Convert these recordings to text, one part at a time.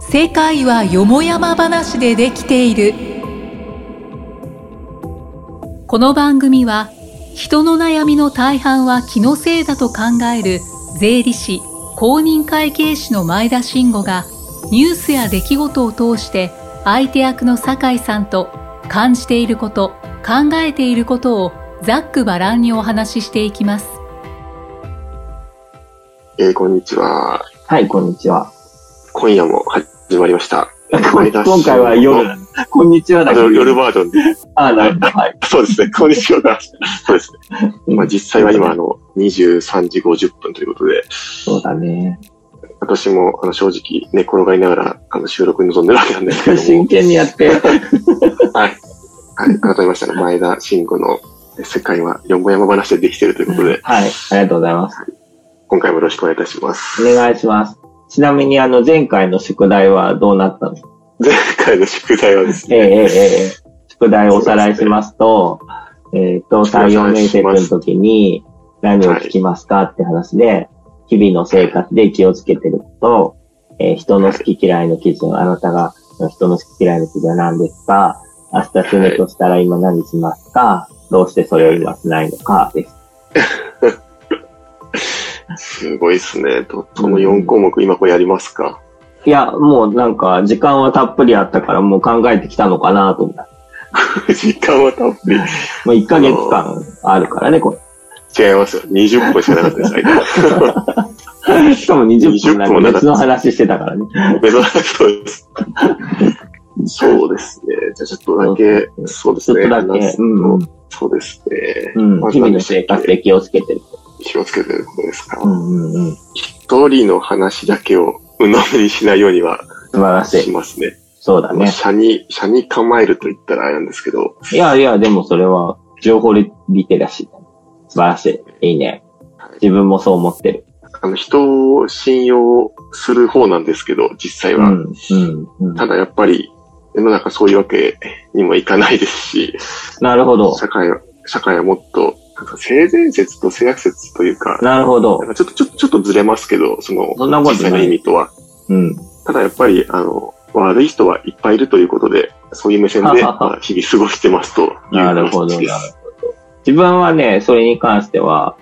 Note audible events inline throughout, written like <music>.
世界はよもやま話でできているこの番組は人の悩みの大半は気のせいだと考える税理士公認会計士の前田慎吾がニュースや出来事を通して相手役の酒井さんと感じていること考えていることをざっくばらんにお話ししていきますえーこんにちは。はい、こんにちは。今夜も始まりました。前田今回は夜、こんにちはあだけのど。夜バージョン <laughs> で。あ、なるほど。はい。そう <laughs> ですね。こんにちはが。そうですね。まあ実際は今、あの、23時50分ということで、そうだね。私も、あの、正直、寝転がりながら、あの、収録に臨んでるわけなんです <laughs> けども真、剣にやって。はい。はい。改めま <laughs> したね。前田慎吾のえ世界は四五山話でできてるということで、はい、ありがとうございます。今回もよろしくお願いいたします。お願いします。ちなみに、あの、前回の宿題はどうなったの前回の宿題はですええね、ええええ宿題をおさらいしますと、えっと、採用面接の時に何を聞きますかって話で、日々の生活で気をつけてること、えー人の好き嫌いの基準、あなたが人の好き嫌いの基準は何ですか明日死ぬとしたら今何しますかどうしてそれを今しないのかです。すごいですね。と、この四項目、今これやりますか <laughs> いや、もうなんか時間はたっぷりあったからもう考えてきたのかなと思った。時間はたっぷり。もう1ヶ月間あるからね、これ。違いますよ。20分しかなかったです、間。 <laughs> しかも20 20分な分もんなかかった別の話してたからね。珍しそうです。そうですね。じゃあちょっとだけ、そうでちすょっね。とだけ。うん。そうですね。うん、日々の生活で気をつけてる。気をつけてることですか。んうんうん。素一人の話だけを鵜呑みにしないようには晴らししい。ますね。そうだまあ、ね。社に、社に構えると言ったらあれなんですけど、いやいや、でもそれは、情報リテラシー。素晴らしい。いいね。自分もそう思ってる。あの、人を信用する方なんですけど、実際うは。ん、うん、うん。ただやっぱり、世の中そういうわけにもいかないですし、なるほど。社会は、社会はもっと、なんか性善説と性悪説というか、なるほどなん。かちょっと、ちょっと、ちょっとずれますけど、その、そんなことない実際の意味とは。うん。ただやっぱり、あの、悪い人はいっぱいいるということで、そういう目線 <laughs> で、まあ日々過ごしてますというなるほ話ど、なるでほす。ど。自分はね、それに関しては、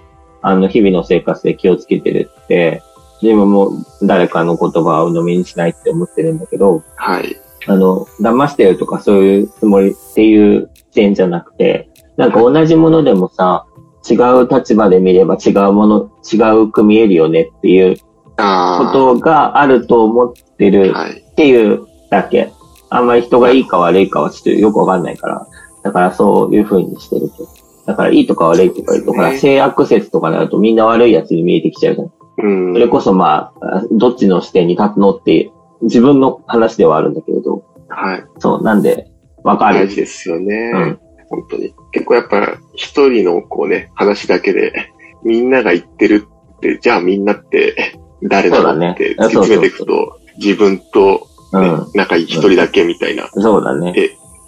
あの、日々の生活で気をつけてるって、自分も誰かの言葉を鵜呑みにしないって思ってるんだけど、はい。あの、騙してるとかそういうつもりっていう点じゃなくて、なんか同じものでもさ、違う立場で見れば違うもの、違うく見えるよねっていうこあとがあると思ってあ。るはい。っていうだけ。あんまり人がいいか悪いかはちょっとよくわかんないから。だからそういう風にしてるけど。だからいいとか悪いとか言うと、ほそうら、ですね性悪説とかになるとみんな悪いやつに見えてきちゃうじゃん。うん。それこそまあ、あどっちの視点に立つのって、自分の話ではあるんだけれど、はい。そう、なんで、わか大る。事ですよね。うん。本当に。結構やっぱ、一人のこうね、話だけで、 <laughs> みんなが言ってるって、じゃあみんなって、誰なそうだのねって突あきそうそう詰めていくと、自分と、うねん。仲いい一人だけみたいな。そうだね。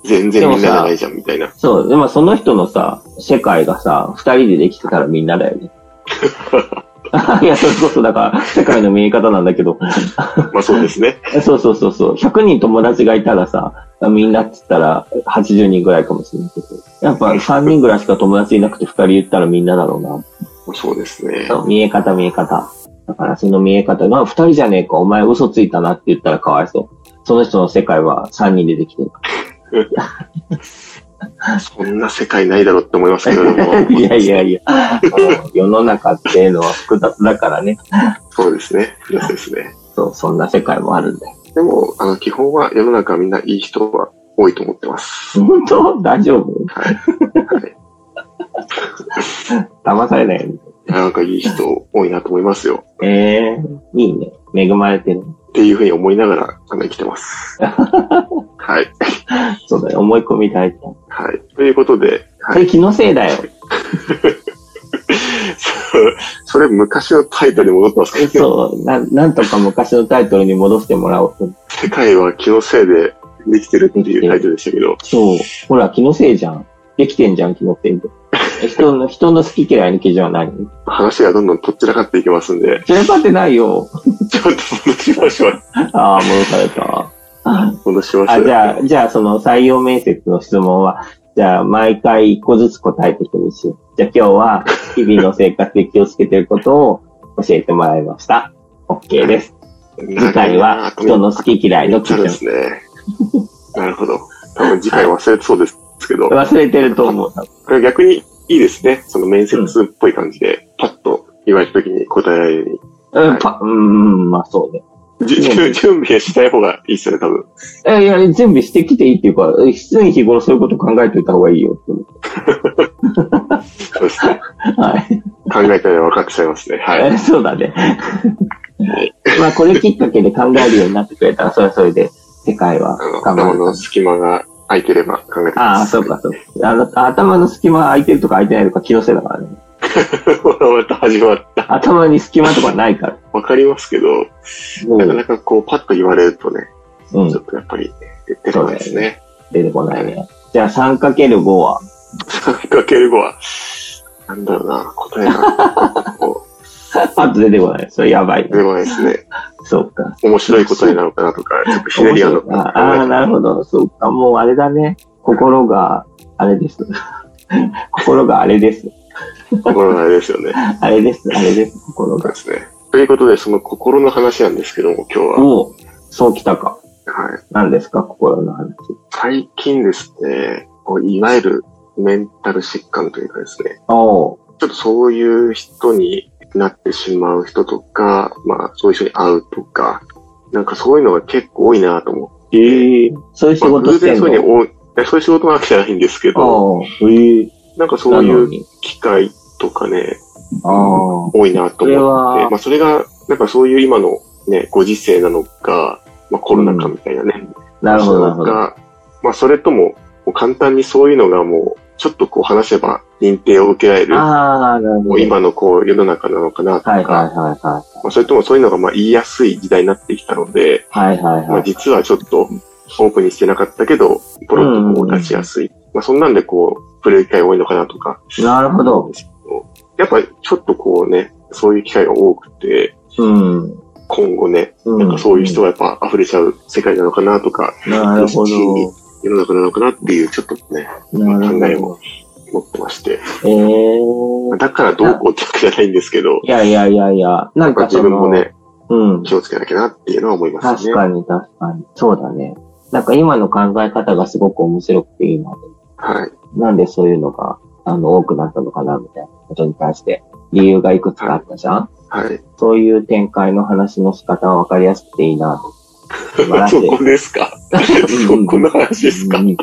全然みんなじゃないじゃんみたいな。そう、でもその人のさ、世界がさ、二人でできてたらみんなだよね。いや、それこそだから、世界の見え方なんだけど、まあそうですね。そうそうそうそう、100人友達がいたらさ、みんなって言ったら80人ぐらいかもしれないけど、やっぱ3人ぐらいしか友達いなくて2人言ったらみんなだろうな。そうですね。そう見え方見え方。だからその見え方が、2人じゃねえか、お前嘘ついたなって言ったらかわいそう。その人の世界は3人でできてるかそんな世界ないだろうって思いますけれどもら。。 <laughs> いやいやいや、あの世の中っていうのは複雑だからね。そうですね。複雑ですね。そう、そんな世界もあるんだよ。でも、あの、基本は世の中みんないい人は多いと思ってます。本当大丈夫はい。騙されないよね。なんかいい人多いなと思いますよ。ええいいね。恵まれてる。っていうふうに思いながら、あの、生きて <laughs> ます。はい。そうだね。思い込み大事だ。はい。ということで、そはれい。気のせいだよ。それ昔のタイトルに戻ってますけど、そう、な、なんとか昔のタイトルに戻してもらおうと。世界は気のせいでできてるっていうタイトルでしたけど、そう。ほら、気のせいじゃん。できてんじゃん、気のせいで。 <laughs> 人の、人の好き嫌いの基準は何話がどんどんとっちらかっていきますんで、散らかってないよ。ちょちょっと戻しましょう。ああ、戻された。戻しましょあ、う。じゃあ、じゃあその採用面接の質問は、じゃあ毎回一個ずつ答えていくんですよ。じゃあ今日は日々の生活で気をつけていることを教えてもらいました。OK です。次回は人の好き嫌いの基そう準で。すね。なるほど。多分次回忘れてそうですけど、忘れてると思う。これ逆にいいですね。その面接っぽい感じで、パッと言われた時に答えられるようん、パうん、うんまあそうね。うに。じゅ準備はしない方がいいですよね、多分。えいや、準備してきていいっていうか、え常に日頃そういうこと考えておいた方がいいよって思う。そうですね。はい。考えたら分かっちゃいますね。はい。えそうだね。まあこれきっかけで考えるようになってくれたら、それはそれで世界はあの、頑張頭る。の隙間が空いてれば考えてください。ああ、そうか、そうか。あの、頭の隙間空いてるとか空いてないとか気のせいだからね。 <laughs> また始まった。頭に隙間とかないから。わかりますけど、もなかうなかこう、パッと言われるとね、うちょん、っとやっぱり出てこないですね。出てこないね。じゃあ 3×5 は、 3×5 は、なんだろうな、答えがこパッと出てこない。それやばいう出てね。こないです <laughs> ね。そうか。面白い答えなのかなとか、ちょっとひねりがあるのかなとああー、か。なるほど。そうか。もうあれだね。心が、あれです。 <laughs> 心があれです。心があれですよね。あれです。あれです。心そうがで。すね。ということで、その心の話なんですけども、今日は。おう、そうきたか。はい、何ですか心の話。最近ですね、こういわゆるメンタル疾患というかですね、おう、ちょっとそういう人になってしまう人とか、まあ、そういう人に会うとか、なんかそういうのが結構多いなと思って。ええそういう仕まあ、事偶して然んそういうふうにの多いいや、そういう仕事なわけじゃないんですけど、おう、ええなんかそなういのうに。機会とかね、ああ。多いなとそれ思って、はまあ、それが、なんかそういう今のね、ご時世なのか、まあ、コロナ禍みたいなね、なるほど、ななるのほど。か、まあ、それとも、もう簡単にそういうのがもう、ちょっとこう話せば認定を受けられる、ああ、なるほもど。う今のこう世の中なのかなとか、はいはいはいはまあ、それともそういうのがまあ言いやすい時代になってきたので、い。はいはいまはあ、い。実はちょっとオープンにしてなかったけど、ポロッとこう出しやすい。まあ、そんなんでこう、触れる機会多いのかなとか。なるほど。やっぱちょっとこうね、そういう機会が多くて、うん。今後ね、うんなんかそういう人がやっぱ溢れちゃう世界なのかなとか、なるほど。世の中なのかなっていうちょっとね、な考えるほを持ってまして。ど。ええだからどうこうってわけじゃないんですけど、いやいやいやいや、なんまあか自そ分もの、ね、うん。気をつけなきゃなっていうのは思います確ね。かに確かに。そうだね。なんか今の考え方がすごく面白くていいな。はい。なんでそういうのが、あの、多くなったのかな、みたいなことに対して、理由がいくつかあったじゃんはい。そういう展開の話の仕方は分かりやすくていいなと。素晴らし <laughs> そい。こですかそこの話ですか、うんうんうん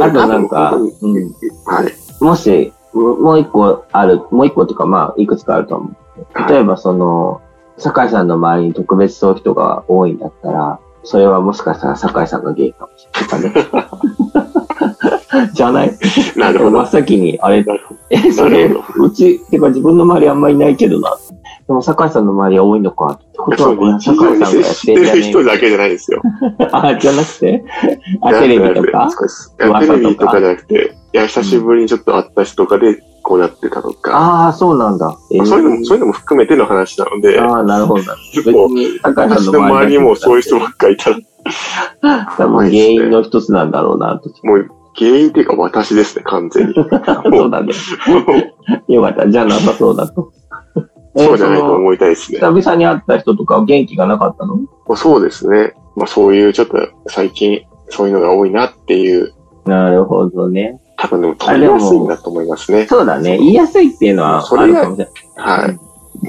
あとなんか、うん、はい。もし、ももう一個ある、もう一個とか、まあ、いくつかあると思う。例はえば、その、酒井さんの周りに特別そういう人が多いんだったら、それはもしかしたら酒井さんがゲイかもしれないとか <laughs> ね。じゃないい。なるほ真ど。っ先に、あれ、なるほど。 <laughs> え、それ、なるほうち、てか自分の周りあんまりいないけどな。でも、酒井さんの周りは多いのか。ってことは、これはそ酒井う、さんが接やっしててんじゃるね人だけじゃないですよ。えか。あ、じゃなくてあ、テレビとかそうですいやテレビとかじゃなくて、いや、久しぶりにちょっと会った人とかで、こうなってたとか、ああ、そうなんだ。えまあーそういうのも、そういうのも含めての話なので、ああ、なるほどな。結別構、に、高井さん私の周りにもそういう人ばっかりいたら、多分原因の一つなんだろうなと。もう、原因っていうか私ですね、完 <laughs> 全に。もそう <laughs> だね。よかった。じゃあなさそうだと。えーそうじゃないとその思いた <laughs> いですね。久々に会った人とか元気がなかったのまあそうですね。まあそういう、ちょっと最近、そういうのが多いなっていう、なるほどね。多分でも取りやすいんだと思いますね。そうだね。言いやすいっていうのはそあれるがかもしれない。はい。だか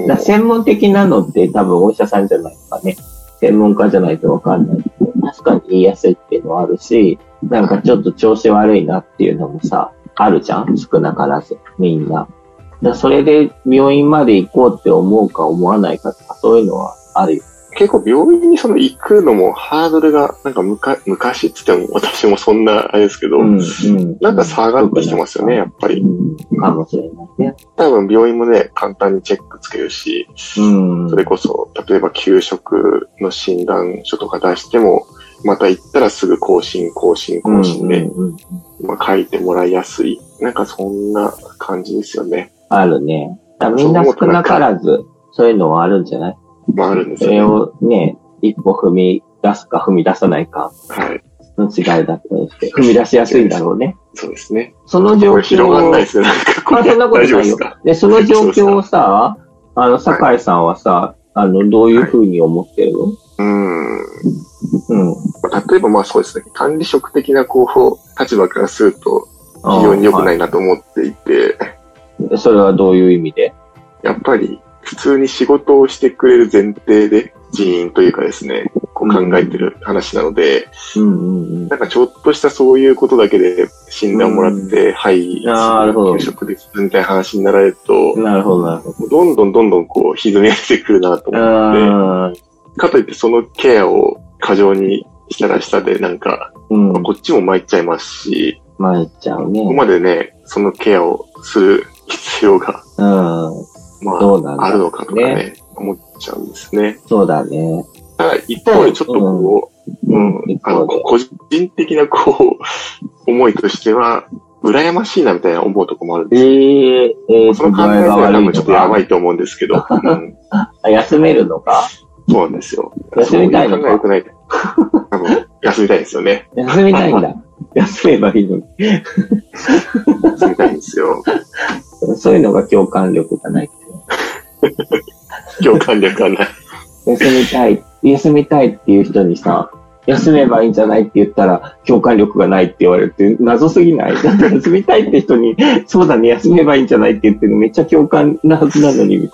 ら専門的なのって多分お医者さんじゃないとかね。専門家じゃないとわかんないけど。確かに言いやすいっていうのはあるし、なんかちょっと調子悪いなっていうのもさ、あるじゃん少なからず、みんな。だからそれで病院まで行こうって思うか思わないかとか、そういうのはあるよ。結構病院にその行くのもハードルが、なんかむか昔っつっても私もそんなあれですけど、ん、うんなんか下がってきてますよね、やっぱり。うん、かもしれないね。多分病院もね、簡単にチェックつけるし、うん。それこそ、例えば給食の診断書とか出しても、また行ったらすぐ更新、更新、更新で、うんうんうんまあ、書いてもらいやすい。なんかそんな感じですよね。あるね。だからみんな少なからず、そういうのはあるんじゃないまああるんですそよ、れね。をね、一歩踏み出すか踏み出さないかはい。の違いだったりして、踏み出しやすいんだろうね。そうですね。その状これ況を広がんないですね。なんかこまあ、れそんなこと大丈夫なですいよか。で、その状況をさ、あの、酒井さんはさ、あの、どういうふうに思ってるの、うん。うん。非例えばまあそうですね。管理職的なこう、立場からすると非常に良くないなと思っていて、い。それはどういう意味でやっぱり普通に仕事をしてくれる前提で人員というかですね、こう考えてる話なので、うんうんうん。なんかちょっとしたそういうことだけで診断もらって、はい、あーなるほど給食ですみたいな話になられると、なるほど、なるほど。どんどんどんどんこう歪みが出てくるなとう思っーんて、かといってそのケアを過剰にしたらしたで、なんか、うん。こっちも参っちゃいますし、参っちゃうね。ここまでね、そのケアをする必要が、うん。まそあ、うなんだ。あるのかとかね、思っちゃうんですね。そうだね。ただ、一方でちょっとこう、うん、一あの、方で。個人的なこう、思いとしては、羨ましいなみたいな思うとこもあるんえですー、えー、その考え具合方は多分のかちょっとやばいと思うんですけ <laughs> ど、うん、あ休めるのかそうなんですよ。休みたいそのうう考えか良くない。多分、休みたいですよね。休みたいんだ。休めばいいのに。休みたいんですよ。そういうのが共感力がない。共感力はない。休みたい、休みたいっていう人にさ、休めばいいんじゃないって言ったら、共感力がないって言われるって、謎すぎない <laughs> だって休みたいって人に、そうだね、休めばいいんじゃないって言ってるのめっちゃ共感なはずなのに、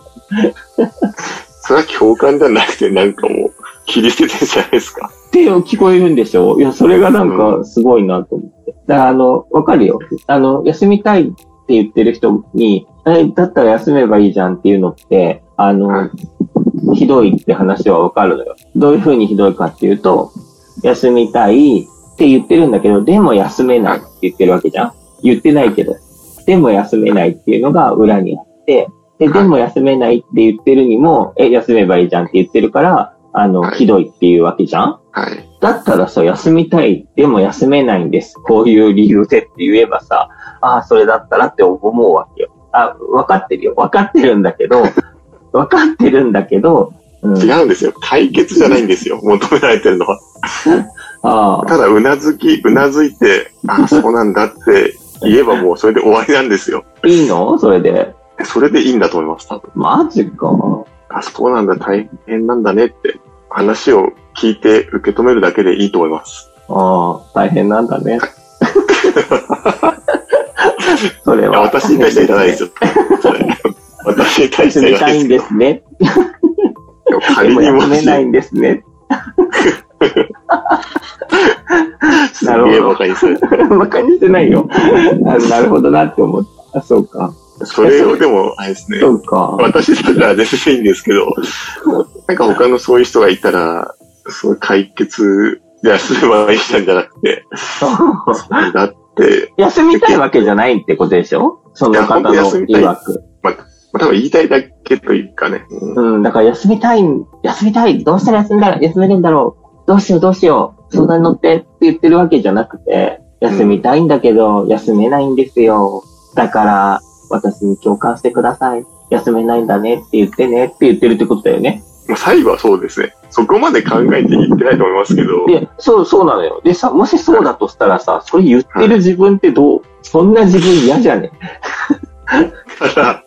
それは共感じゃなくて、なんかもう、切り捨ててるじゃないですか。って聞こえるんでしょいや、それがなんかすごいなと思って。だから、あの、わかるよ。あの、休みたいって言ってる人に、え、だったら休めばいいじゃんっていうのって、あはいの、ひどいって話はわかるのよ。どういうふうにひどいかっていうと、休みたいって言ってるんだけど、でも休めないって言ってるわけじゃん言ってないけど。でも休めないっていうのが裏にあって、で、でも休めないって言ってるにも、え、休めばいいじゃんって言ってるから、あの、はいひどいっていうわけじゃんはい。だったらさ、休みたい、でも休めないんです。こういう理由でって言えばさ、ああ、それだったらって思うわけよ。あ、分かってるよ。分かってるんだけど、 <laughs> 分かってるんだけど、うん、違うんですよ。解決じゃないんですよ。求められてるのは。あただ、うなずき、うなずいて、あ、そうなんだって言えばもうそれで終わりなんですよ。あ、いいのそれで。それでいいんだと思います、多分。マジか。あ、そうなんだ、大変なんだねって話を聞いて受け止めるだけでいいと思います。ああ、大変なんだね。 <laughs> それいやは。私に対してはいらないですよ。それ私に対し休てはいみらなたいいんでですすね。 <laughs> よ。で仮もにも休めし、ないんですね。 <laughs> すなるほどげえ馬鹿にする。馬鹿にしてな <laughs> いよ。あなるほどなって思った。あそうか。それをでも、あれですね。そうか。私だったら全然いいんですけど、なんか他のそういう人がいたら、その解決すればいいじゃんじゃなくて、そうだって、休みたいわけじゃないってことでしょその方のいや本当休みたい曰く。まあ、多分言いたいだけというかね、うんうん、だから休みたい、休みたい、どうしたら休んだら休めるんだろう、どうしようどうしよう、相談に乗ってって言ってるわけじゃなくて、休みたいんだけど、休めないんですよ。だから、私に共感してください。休めないんだねって言ってねって言ってるってことだよね。まあ、最後はそうですね。そこまで考えて言ってないと思いますけど、 <laughs> で、そう、そうなのよ。でさ、もしそうだとしたらさ、それ言ってる自分ってどう、そんな自分嫌じゃねだから、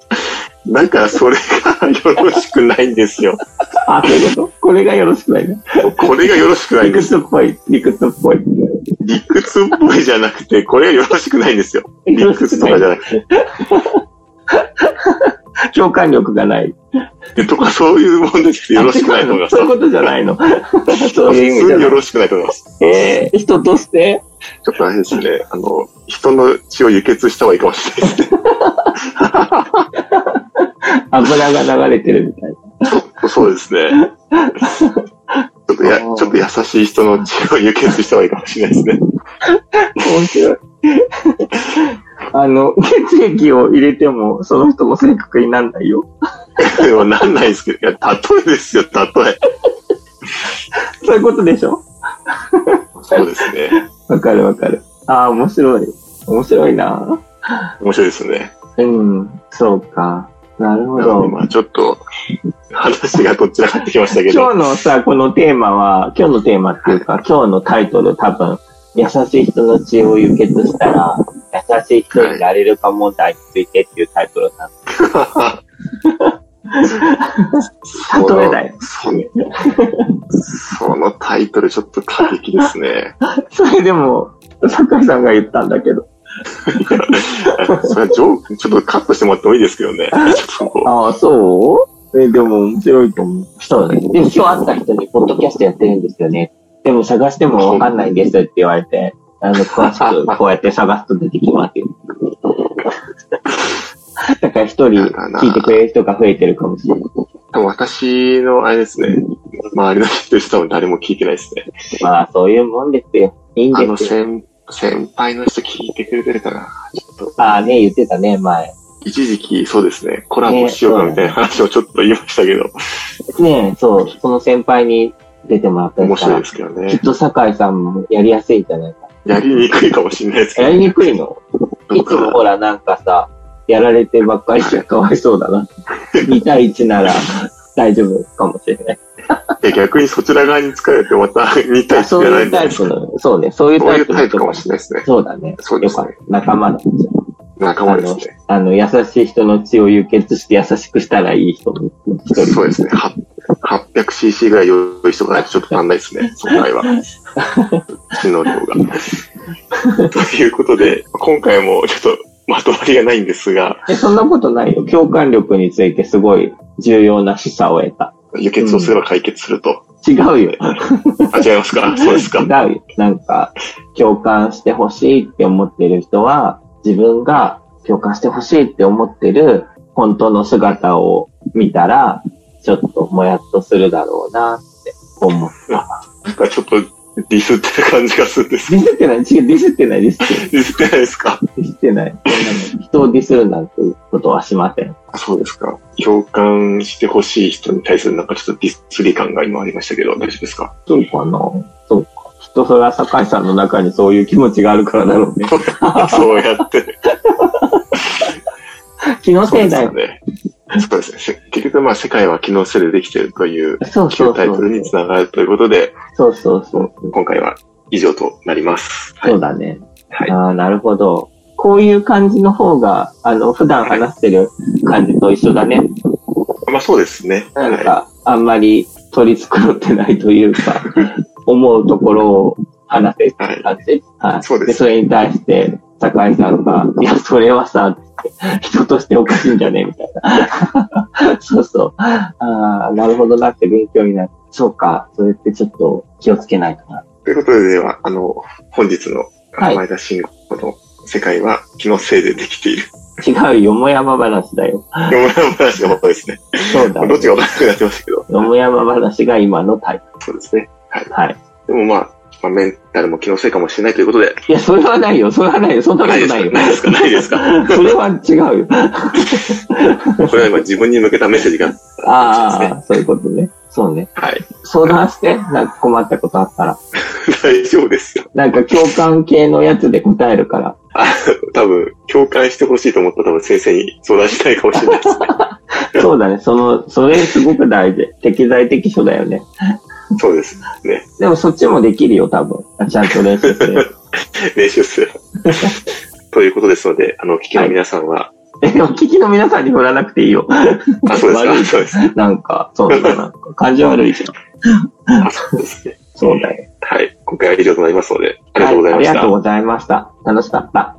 だからそれがよろしくないんですよ。あ、そういうことこれがよろしくないね。これがよろしくないん理です。屈っぽい、理屈っぽい。理屈っぽいじゃなくて、これがよろしくないんですよ。理屈とかじゃなく共感力がない。て、とかそういうもんですけどよろしくないと思いますそういう。ことじゃ <laughs> ないの。そういう意普通味じゃになよい。ろしくないと思います。えー、人としてちょっとあれですね、あの、人の血を輸血した方がいいかもしれないですね。油が流れてるみたいな。そうです <laughs> ね。ちょっとや、あーちょっと優しい人の血を輸血した方がいいかもしれないですね。面白い。あの、血液を入れても、その人も正確になんないよ。でもなんないですけど、いや、例えですよ、例え。そういうことでしょそうですね。わかるわかる。ああ、面白い。面白いな。面白いですね。うん、そうか。なるほなので、ど。まあちょっと、話がどっちらかってきましたけど。今日のさ、このテーマは、今日のテーマっていうか、今日のタイトル多分、優しい人の血を輸血したら、優しい人になれるか問題についてっていうタイトルなんです。例えだよ。そのそのタイトルちょっと過激ですね。それでも、酒井さんが言ったんだけど。それはジョーク、ちょっとカットしてもらってもいいですけどね。ああ、そうえ、でも面白いと思う。そうね。でも今日会った人に、ポッドキャストやってるんですよね。でも探してもわかんないんですって言われて、あの、詳しくこうやって探すと出てき <laughs> ますよ。だから一人聞いてくれる人が増えてるかもしれない。多分私のあれですね、周りの人たち多分誰も聞いてないですね。まあそういうもんですよ。いいんあのですよ。先先輩の人聞いてくれてるかな。ちょっとああね、言ってたね、前。一時期そうですね、コラボしようかみたいな話をちょっと言いましたけど、ねそう、その先輩に出てもらった面やつか白いらで、すけどきっね。と酒井さんもやりやすいんじゃないか。やりにくいかもしれないですけやど、りにくいのいつもどほらなんかさ、やられてばっかりじゃかわいそうだな。2対1なら大丈夫かもしれない。うかいや逆にそちら側に疲れてまた2対1そうじゃないいうんじゃなタいイですプか。の、そうね、そういうそうタいイうプタのイプ人かもしれないですね。そうだね。そうですねよかった仲間だ。仲間ですね。あの、優しい人の血を輸血して優しくしたらいい人の一人。そうですね。は 800cc ぐらい用意しとかないとちょっと足んないですね。その場合は。血の <laughs> 量が。ということで、今回もちょっとまとまりがないんですが、えそんなことないよ。共感力についてすごい重要な示唆を得た。輸血をすれば解決する <laughs> と。違うよ。あ、違いますかそうです違か。うよ。なんか、共感してほしいって思ってる人は、自分が共感してほしいって思ってる本当の姿を見たら、ちょっともやっとするだろうなって思う。なんかちょっとディスってる感じがするんです。ディスってない違う、ディスってない、ディスってない。ディスってないですかディスってない。そんなの人をディスるなんてことはしません。そうですか。共感してほしい人に対するなんかちょっとディスり感が今ありましたけど、大丈夫ですかそうかなそうか。きっとそれは酒井さんの中にそういう気持ちがあるからだろうね。 <laughs> そうやって。気のそうせでいだすよ。ね。そうですね。せ結局、まあ、世界は機能性でできているという、そうそ旧うそタイトルうに。つながるということで、そうそうそう。今回は以上となります。はい。そうだね。はいああ、なるほど。こういう感じの方が、あの、普段話してる感じと一緒だね。まあ、そうですね。なんはか、あんまり取り繕ってないとい <laughs> うか、思うところを話せるい。はい。感じ。はい。そうですそれに対して、高井さんが、いや、それはさ、人としておかしいんじゃねみたいな。 <laughs> そうそう。ああ、なるほどなって勉強になる。そうか。それってちょっと気をつけないとな。ということで、では、あの、本日のはい前田慎吾の世界は機能性でできている。違う、よもやま話だよ。よもやま話の方ですね。そうだ <laughs> どっよ。ちが分からなくなってましたけど、よもやま話が今のタイそうですね。プ。はい。でもまあ、まあ、メンタルも機能性かもしれないということで、いや、それはないよ。それはないよ。そんなことないでないよ。すかないですかないそれは違うよ。 <laughs> ですかこれは今自分に向けたメッセージが。ああ、そういうことね。そうね。はい。相談して、なんか困ったことあったら。大丈夫ですよ。なんか共感系のやつで答えるから。多分、共感してほしいと思ったら多分先生に相談しないかもしれない <laughs> ですね。そうだね。その、それすごく大事。適材適所だよね。そうです。ね。でもそっちもできるよ、多分。ちゃんと練習する。練習する。ということですので、あの、お聞きの皆さんは、え、 <laughs> でも聞きの皆さんに振らなくていいよ。あ、そうです悪いか、そうです。なんか、そうだな。なんか感じ悪いじゃん。あ、そうですね。そうだよ。はい。今回は以上となりますので、ありがとうございまはあしりがたとう。ございました。楽しかった。